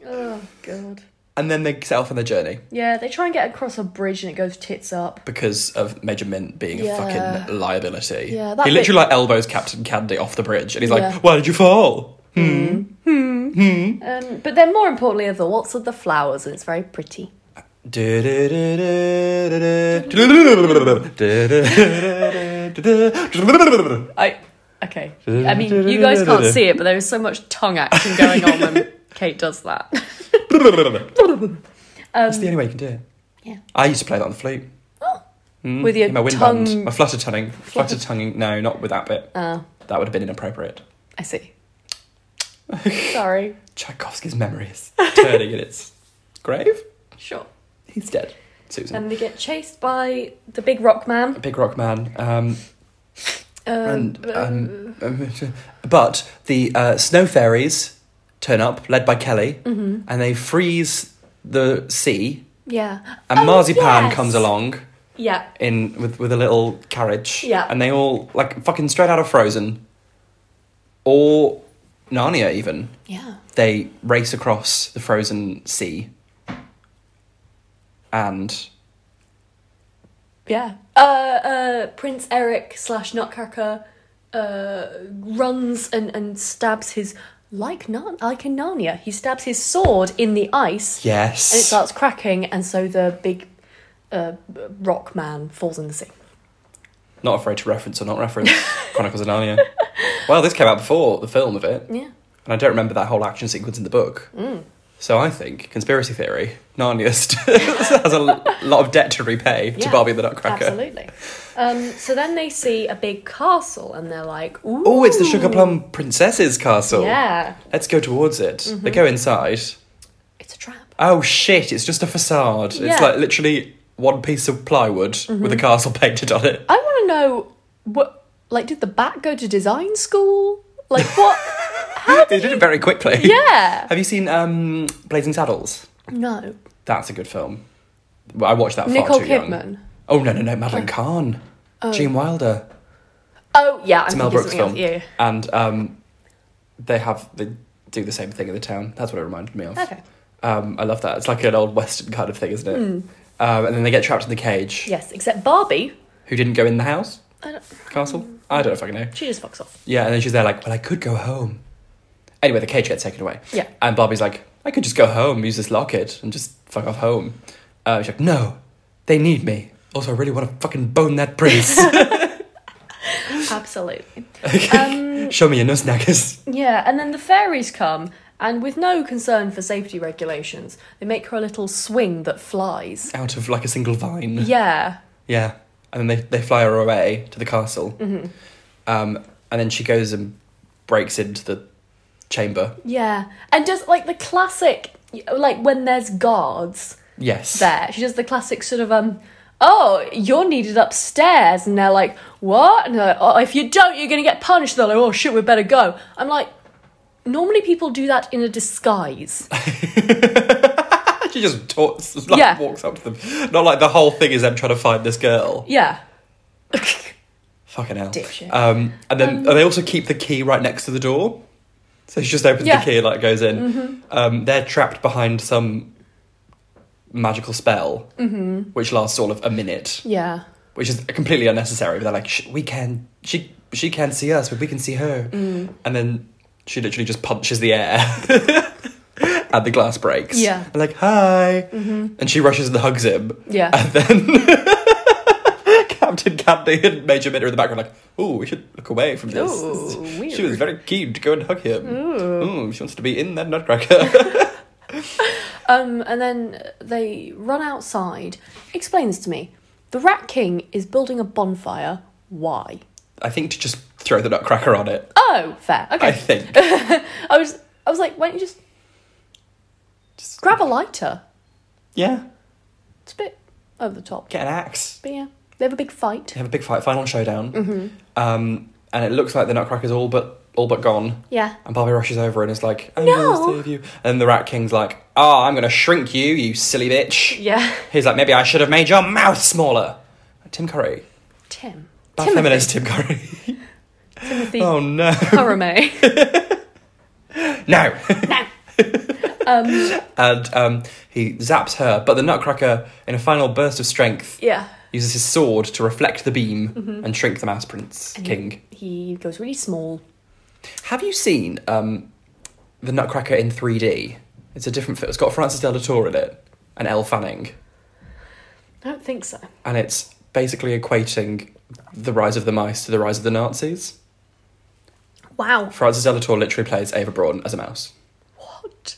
oh god. and then they set off on their journey Yeah, they try and get across a bridge and it goes tits up. because of Measurement being Yeah. a fucking liability. Yeah, that he bit- literally like elbows Captain Candy off the bridge, and he's Yeah. like, "Why did you fall?" Um, but then, more importantly, are the waltz of the flowers, and it's very pretty. It's I okay. I mean, you guys can't see it, but there is so much tongue action going on *laughs* when Kate does that. the only way you can do it. Um, Yeah. Oh. I used to play that on the flute. Mm. With your In my wind tongue. band. My flutter tonguing. Flutter tonguing. No, not with that bit. Oh, That would have been inappropriate. I *laughs* see. Sorry. Tchaikovsky's memory is turning in its grave. Sure. He's dead. Susan. And they get chased by the big rock man. Big Rock Man. Um, Um, and, uh, um, um, *laughs* but the uh, snow fairies turn up, led by Kelly, Mm-hmm. and they freeze the sea. yeah. And Oh, Marzipan yes. comes along Yeah. in with with a little carriage. Yeah. and they all like fucking straight out of Frozen, or Narnia even. Yeah. They race across the frozen sea, and Yeah. Uh, uh, Prince Eric slash Nutcracker uh, runs and, and stabs his like Narn like in Narnia. He stabs his sword in the ice yes, and it starts cracking, and so the big uh, rock man falls in the sea. Not afraid to reference or not *laughs* reference Chronicles of Narnia. Well, this came out before the film of it, and Yeah. Mm. I don't remember that whole action sequence in the book. So I think conspiracy theory Narnia *laughs* st- has a l- lot of debt to repay to Yeah. Barbie the Nutcracker. Absolutely. Um, so then they see a big castle, and they're like, "Ooh, Oh, it's the Sugar Plum Princess's castle. Yeah, Mm-hmm. Let's go towards it. They go inside. it's a trap." Oh shit! It's just a facade. Yeah. Mm-hmm. It's like literally one piece of plywood with a castle *laughs* painted on it. I want to know what, like, did the bat go to design school? Like, *laughs* what? How They did? did it very quickly. Yeah. Have you seen um, Blazing Saddles? No. That's a good film. Well, I watched that far Nicole too Kidman? young. Oh no no no, Madeline Kahn, Gene Wilder, Oh yeah, I'm Mel thinking Brooks something film, Else. Yeah, yeah. and um, they have they do the same thing in the town. That's what it reminded me of. Okay. Um, I love that. It's like an old western kind of thing, isn't it? Hmm. Um, and then they get trapped in the cage. Yes, except Barbie. Who didn't go in the house I don't, castle? I don't know if I can know. she just fucks off. Yeah, and then she's there like, well, I could go home. Anyway, the cage gets taken away. Yeah. And Barbie's like, I could just go home, use this locket, and just fuck off home. Uh, she's like, no, they need me. Also, I really want to fucking bone that *laughs* prince. *laughs* *laughs* Absolutely. Um, Show me your nose knackers. Yeah, and then the fairies come, and with no concern for safety regulations, they make her a little swing *laughs* that flies. Out of like a single vine. Yeah. Yeah. And then they, they fly her away to the castle. Mm-hmm. Um, and then she goes and breaks into the chamber. Yeah. And just like the classic, like when there's guards Yes. there, she does the classic sort of, um, oh, you're needed upstairs. And they're like, what? And they're like, oh, if you don't, you're going to get punished. They're like, oh, shit, we better go. I'm like, normally people do that in a disguise. *laughs* She just talks, like, Yeah. walks up to them. Not like the whole thing is them trying to find this girl. Yeah. *laughs* Fucking hell. Dipshit. Um, and then and they also keep the key right next to the door. So she just opens Yeah. Mm-hmm. the key and like goes in. Um, they're trapped behind some magical spell, Mm-hmm. which lasts all of a minute, yeah. which is completely unnecessary. But they're like, "Sh- we can, she, she can see us, but we can see her. Mm. And then she literally just punches the air. *laughs* And the glass breaks. Yeah. Mm-hmm. And like, hi. And she rushes and hugs him. Yeah. And then Captain Candy and Major Minter in the background, like, oh, we should look away from this. Ooh, She was weird. very keen to go and hug him. Ooh. she wants to be in that nutcracker. *laughs* Um, and then they run outside. Explain this to me. The Rat King is building a bonfire. Why? I think to just throw the nutcracker on it. Oh, fair. Okay. *laughs* I think. I was I was like, why don't you just Just- grab a lighter? yeah. It's a bit over the top. Get an axe. But yeah, they have a big fight. They have a big fight, final showdown. Mm-hmm. Um, and it looks like the nutcracker's all but all but gone. Yeah. And Barbie rushes over and is like, I'm No. gonna save you. And the Rat King's like, "Ah, Oh, I'm gonna shrink you, you silly bitch. Yeah. He's like, Maybe I should have made your mouth smaller. Tim Curry. Tim. Bad Timothy. feminist Tim Curry. *laughs* Timothy *laughs* oh no. Currame. No. *laughs* no. Um, and um, he zaps her, but the Nutcracker, in a final burst of strength, yeah. uses his sword to reflect the beam and shrink the mouse prince king. He goes really small. Have you seen um, the Nutcracker in 3D? It's a different film. It's got Francis Del Tour in it and Elle Fanning, I don't think so. and it's basically equating the rise of the mice to the rise of the Nazis. Wow. Francis Del Tour literally plays Ava Braun as a mouse. What?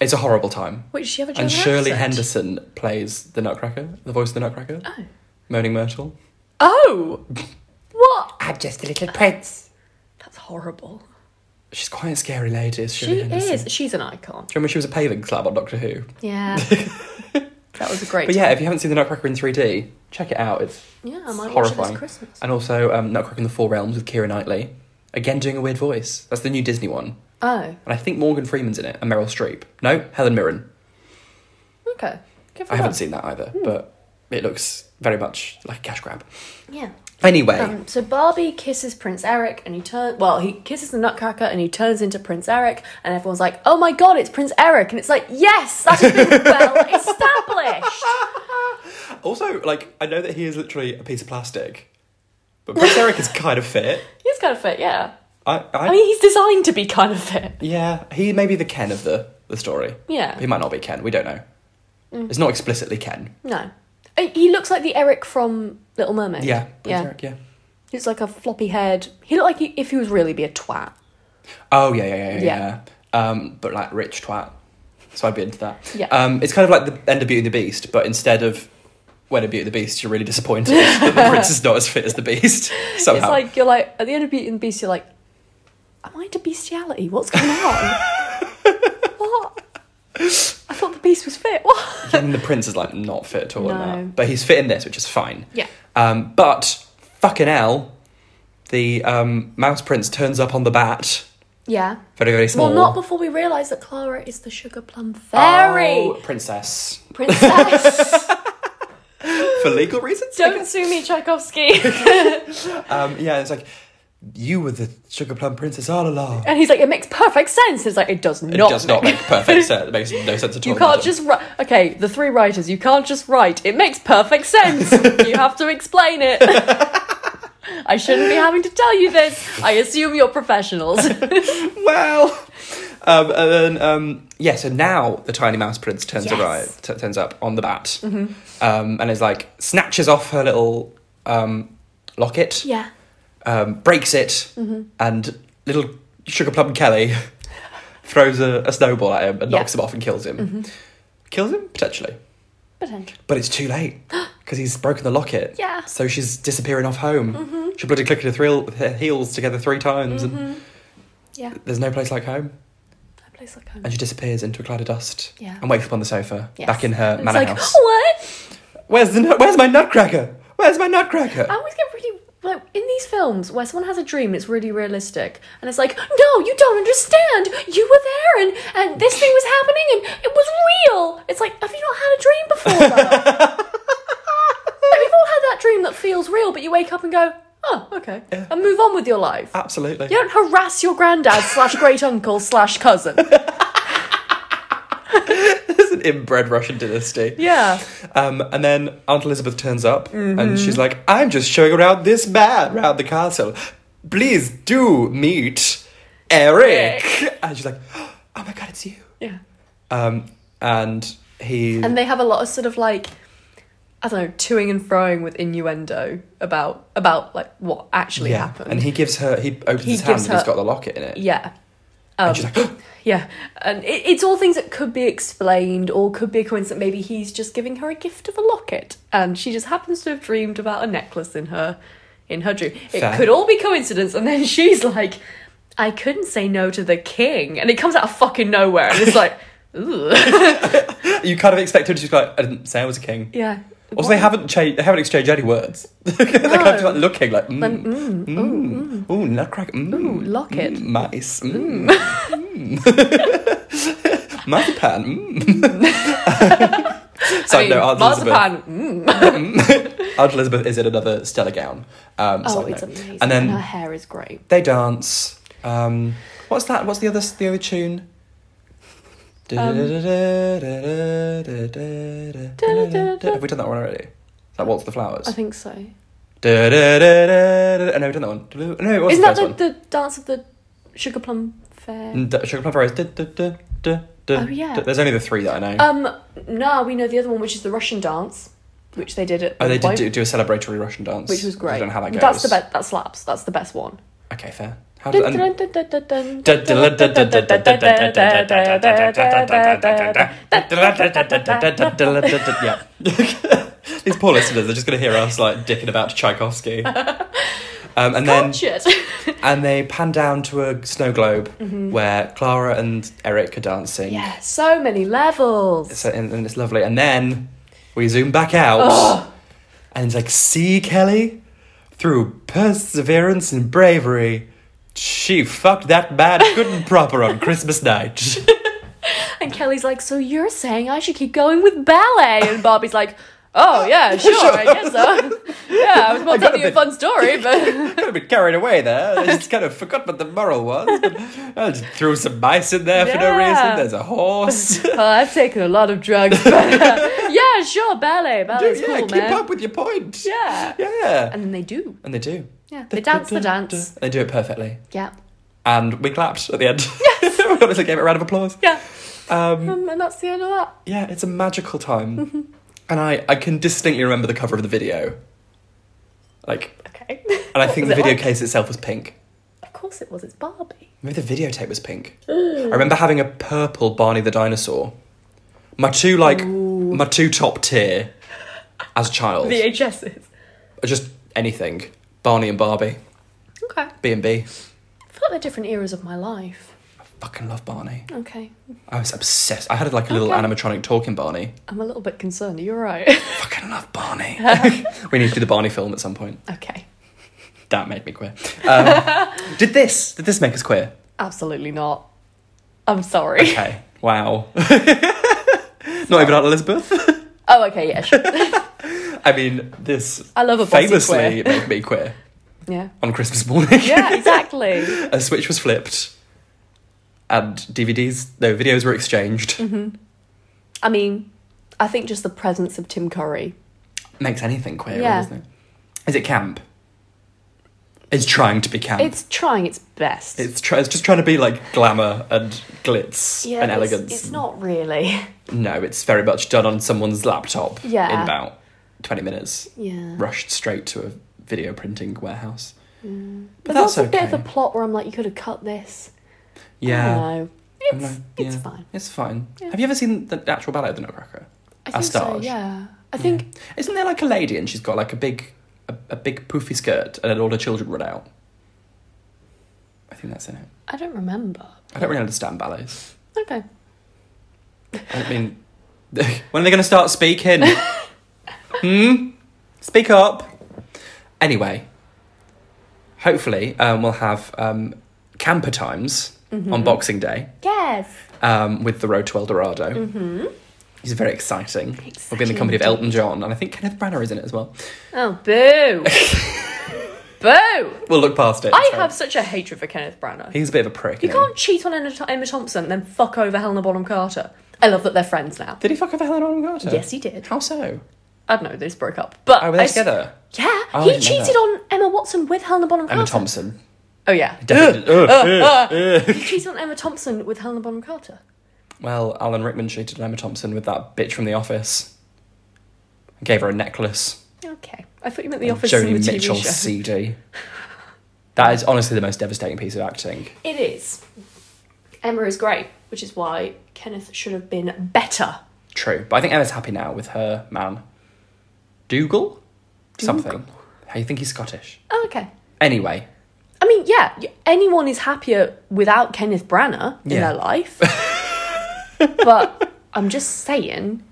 It's a horrible time. Wait, does she have a German And Shirley accent? Henderson plays the Nutcracker, the voice of the Nutcracker, Oh. Moaning Myrtle. Oh! what? I'm just a little prince. That's horrible. She's quite a scary lady, is Shirley She Henderson. is. She's an icon. Do you remember she was a paving slab on Doctor Who? *laughs* Yeah. that was a great. But yeah, if you haven't seen the Nutcracker in 3D, check it out. It's yeah, I might watch it this horrifying. Christmas. And also um, Nutcracker in the Four Realms with Kira Knightley. Again, doing a weird voice. That's the new Disney one. Oh, And I think Morgan Freeman's in it and Meryl Streep. No, Helen Mirren. okay. Good for I haven't her. seen that either, Hmm. but it looks very much like a cash grab. Yeah. Anyway, Um, so Barbie kisses Prince Eric, and he turns. Well, he kisses the Nutcracker, and he turns into Prince Eric, and everyone's like, "Oh my God, it's Prince Eric!" And it's like, "Yes, that *laughs* has been well established." also, like, I know that he is literally a piece of plastic, but Prince Eric is kind of fit. He's kind of fit, yeah. I, I, I mean, he's designed to be kind of fit. Yeah, he may be the Ken of the, the story. Yeah. He might not be Ken, we don't know. It's not explicitly Ken. No, Uh, he looks like the Eric from Little Mermaid. Yeah. yeah. Prince Eric, yeah. He looks like a floppy head. He looked like he, if he was really be a twat. Oh yeah, yeah, yeah, Yeah. yeah. Um, but like rich twat, so I'd be into that. Yeah. Um, it's kind of like the end of Beauty and the Beast, but instead of when in Beauty and the Beast, you're really disappointed *laughs* that the prince is not as fit as the beast. Somehow. *laughs* It's like you're like at the end of Beauty and the Beast, you're like, "Am I into bestiality? What's going *laughs* on? what? I thought the Beast was fit. What? and *laughs* the prince is like not fit at all in No. that, but he's fit in this, which is fine. Yeah. Um, but fucking hell, the um, mouse prince turns up on the bat, Yeah. very very small. Well, not before we realise that Clara is the sugar plum fairy Oh, princess. *laughs* princess. For legal reasons. I Don't sue me, Tchaikovsky. Um, yeah, it's like you were the sugar plum princess all *laughs* along. and he's like, "It makes perfect sense." It's like it does not. It does not make *laughs* perfect sense. It makes no sense at all. You can't does it? just write. Okay, the three writers. You can't just write. It makes *laughs* perfect sense. you have to explain it. I shouldn't be having to tell you this. I assume you're professionals. Well, um, and then um, yeah. So now the tiny mouse prince turns Yes. Mm-hmm. arrive, t- turns up on the bat, um, and is like snatches off her little um, locket, *laughs* yeah. um, breaks it, Mm-hmm. and little sugar plum Kelly *laughs* throws a, a snowball at him and Yeah. Mm-hmm. knocks him off and kills him. Kills him potentially. Potential. But it's too late *gasps* because he's broken the locket. Yeah. Mm-hmm. So she's disappearing off home. She bloody clicked her, thrill, her heels together three times, and Yeah. there's no place like home. A place like home. And she disappears into a cloud of dust. Yeah. And wakes up on the sofa, Yes. back in her It's manor like, *gasps* house. What? Where's the nut- Where's my nutcracker? Where's my nutcracker? I always get really like in these films where someone has a dream. It's really realistic, and it's like, no, you don't understand. You were there, and and this thing was happening, and it was real. It's like, have you not had a dream before? love? *laughs* Like, we've all had that dream that feels real, but you wake up and go, oh, okay, and move on with your life. Absolutely. You don't harass your granddad slash great uncle slash cousin. It's an inbred Russian dynasty. Yeah. Um, and then Aunt Elizabeth turns up Mm-hmm. and she's like, I'm just showing around this man around the castle. Please do meet Eric. And she's like, *gasps* oh my god, it's you. Yeah. Um, and he. And they have a lot of sort of like, I don't know, toing and froing with innuendo about about like what actually yeah. happened. And he gives her. He opens He his hand gives and he's her- got the locket in it. yeah. Um, And she's like, yeah, and it, it's all things that could be explained or could be a coincidence. Maybe he's just giving her a gift of a locket, and she just happens to have dreamed about a necklace in her, in her dream. It Fair. could all be coincidence, and then she's like, "I couldn't say no to the king," and it comes out of fucking nowhere, and *laughs* it's like, ooh, you kind of expect her to just be like, I didn't say I was a king. yeah. Also, they haven't changed. They haven't exchanged any words. *laughs* They're kind of just like looking like, mm, Then, mm, ooh, mm, ooh, nutcracker, mm, Ooh, locket. mm, mice, mm, mm. *laughs* marzipan. Mm. so *laughs* I mean, no, Aunt marzipan. mm. Elizabeth. Aunt Elizabeth is in another Stella gown. Um, Oh, side it's note. amazing. And then her hair is great. they dance. Um, what's that? What's the other the other tune? Um, Have we done that one already? Is that Waltz the Flowers? I think so. Da-da-da-da-da-da. Oh, no, we've done that one. No, it was the Isn't that first the, one. Mm. the dance of the sugar plum fair? And da- Sugar Plum Fairies. Da, da, da, da, da, Oh, yeah. da. There's only the three that I know. Um, no, we know the other one, which is the Russian dance, which they did at. oh, they one did point, do, do a celebratory Russian dance. which was great. I don't know how that goes. That's the best. That slaps. That's the best one. Okay, fair. How does, and, That's yeah. *laughs* These poor listeners are just going to hear us like dicking about Tchaikovsky. Um, and then and they pan down to a snow globe where Clara and Eric are dancing. Yeah, so many levels. So, and, and it's lovely. And then we zoom back out, Ugh. and it's like, see, Kelly, through perseverance and bravery, she fucked that man good and proper on Christmas night. *laughs* And Kelly's like, "So you're saying I should keep going with ballet?" And Barbie's like, "Oh yeah, sure, I guess so. Yeah, I was I about to got a tell you a bit- fun story, but Could have been carried away there. I just kind of forgot what the moral was. But I just threw some mice in there for no reason. Yeah. There's a horse. oh, I've taken a lot of drugs. But, yeah, sure, ballet, *laughs* ballet's yeah, cool, keep man. up with your point. Yeah, Yeah. and then they do. And they do. Yeah, they dance the dance. They do it perfectly. Yeah, And we clapped at the end. Yes. *laughs* we obviously gave it a round of applause. yeah, Um, um, and that's the end of that. yeah, it's a magical Mm-hmm. time. and I, I can distinctly remember the cover of the video. Like, Okay. and I think the Was it video like- case itself was pink. *laughs* Of course it was. It's Barbie. Maybe the videotape was *gasps* pink. I remember having a purple Barney the dinosaur. My two like my two top tier as a child. VHSs. Just anything. Barney and Barbie. Okay. I B and B. feel like they're different eras of my life. Fucking love Barney. Okay. I was obsessed. I had like a little Okay. animatronic talking Barney. I'm a little bit concerned. Are you alright? Fucking love Barney. *laughs* we need to do the Barney film at some point. *laughs* okay. That made me queer. Um, *laughs* did this? Did this make us queer? Absolutely not. I'm sorry. *laughs* Okay. Wow. *laughs* Not even Aunt Elizabeth. Oh, okay, yeah, sure. I mean, this I love a bossy famously queer. made me queer. Yeah. on Christmas morning. *laughs* Yeah, exactly. a switch was flipped, and DVDs, no videos were exchanged. Mm-hmm. I mean, I think just the presence of Tim Curry. Makes anything queer, really, Yeah. doesn't it? Is it camp? It's trying to be camp. It's It's trying its best. it's, try- it's just trying to be like glamour and glitz yeah, and but it's- elegance. It's, not really. No, it's very much done on someone's laptop. Yeah. in about twenty minutes, Yeah. rushed straight to a video printing warehouse. But Mm. But that's that's okay. a bit of a plot where I'm like, you could have cut this. yeah. I don't know. I'm It's, like, it's yeah, fine. It's fine. Have you ever seen the actual ballet of the Nutcracker? I A think so, stage. yeah. I think Isn't there like a lady and she's got like a big, a, a big poofy skirt and then all her children run out? I think that's in it. I don't remember. I don't really understand ballets. Okay. I mean, *laughs* when are they going to start *laughs* speaking? hmm? Speak up. Anyway, hopefully um, we'll have um, camper times on Boxing Day Yes. um, with the Road to El Dorado. Mm-hmm. It's very exciting. We'll be in the Exciting company of Elton John and I think Kenneth Branagh is in it as well. Oh, *laughs* boo. boo. We'll look past it. I so- have such a hatred for Kenneth Branagh. He's a bit of a prick. you isn't he? can't cheat on Emma Emma Thompson and then fuck over Helena Bonham Carter. I love that they're friends now. Did he fuck over Helena Bonham Carter? Yes, he did. How so? I don't know, they just broke up. But Oh, were I they s- together? Yeah, Oh, I he didn't know cheated that. on Emma Watson with Helena Bonham Carter. Uh. Emma Thompson. Oh, yeah. Definitely. *gasps* Ugh, ugh, ugh. *laughs* He cheated on Emma Thompson with Helena Bonham Carter. Well, Alan Rickman cheated on Emma Thompson with that bitch from The Office. Gave her a necklace. Okay. I thought you meant the office Joni and the TV Mitchell show. CD. That is honestly the most devastating piece of acting. It is. Emma is great, which is why Kenneth should have been better. True, but I think Emma's happy now with her man, Dougal, something. How you think he's Scottish? Oh, okay. Anyway, I mean, yeah, y- anyone is happier without Kenneth Branagh in Yeah. *laughs* their life. but I'm just saying,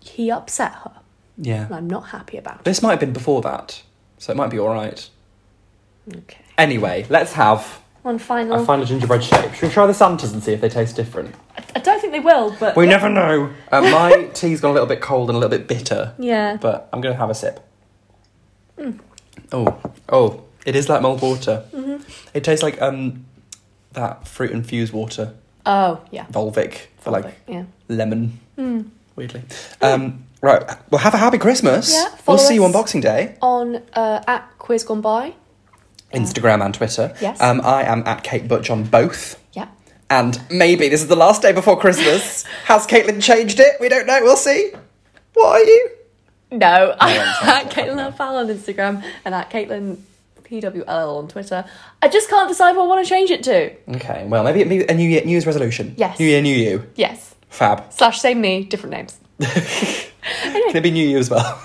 he upset her, yeah. and I'm not happy about it. This might have been before that, so it might be all right. Okay. Anyway, let's have One final. I find a gingerbread shape. Should we try the Santas and see if they taste different? I don't think they will, but We never know. Uh, my tea's gone a little bit cold and a little bit bitter, Yeah. but I'm going to have a sip. Oh, oh, it is like mulled water. It tastes like um, that fruit infused water, Oh, yeah. Volvic, for like yeah. lemon. Hmm. Weirdly. Um, right. Well, have a happy Christmas. Yeah, We'll follow see you us. on Boxing Day. On uh, at Quiz Gone By. Instagram and Twitter. Yes. Um, I am at Kate Butch on both. Yeah. And maybe this is the last day before *laughs* Christmas. Has Caitlin changed it? We don't know. We'll see. What are you? No, *laughs* I'm I'm at Caitlin LaFall on Instagram and at Caitlin PWLL on Twitter. I just can't decide what I want to change it to. Okay. Well, maybe it be a New Year, New Year's resolution. Yes. New Year, New You. Yes. *laughs* Fab. Slash same me, different names. Can it be New You as well?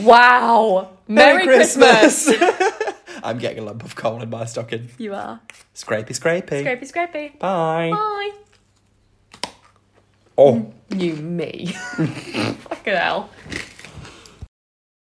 Wow. *laughs* Merry, Christmas. I'm getting a lump of coal in my stocking. You are. Scrapey, scrapey. Scrapey, scrapey. Bye. Bye. Mm. Oh. *laughs* You me. Fucking hell.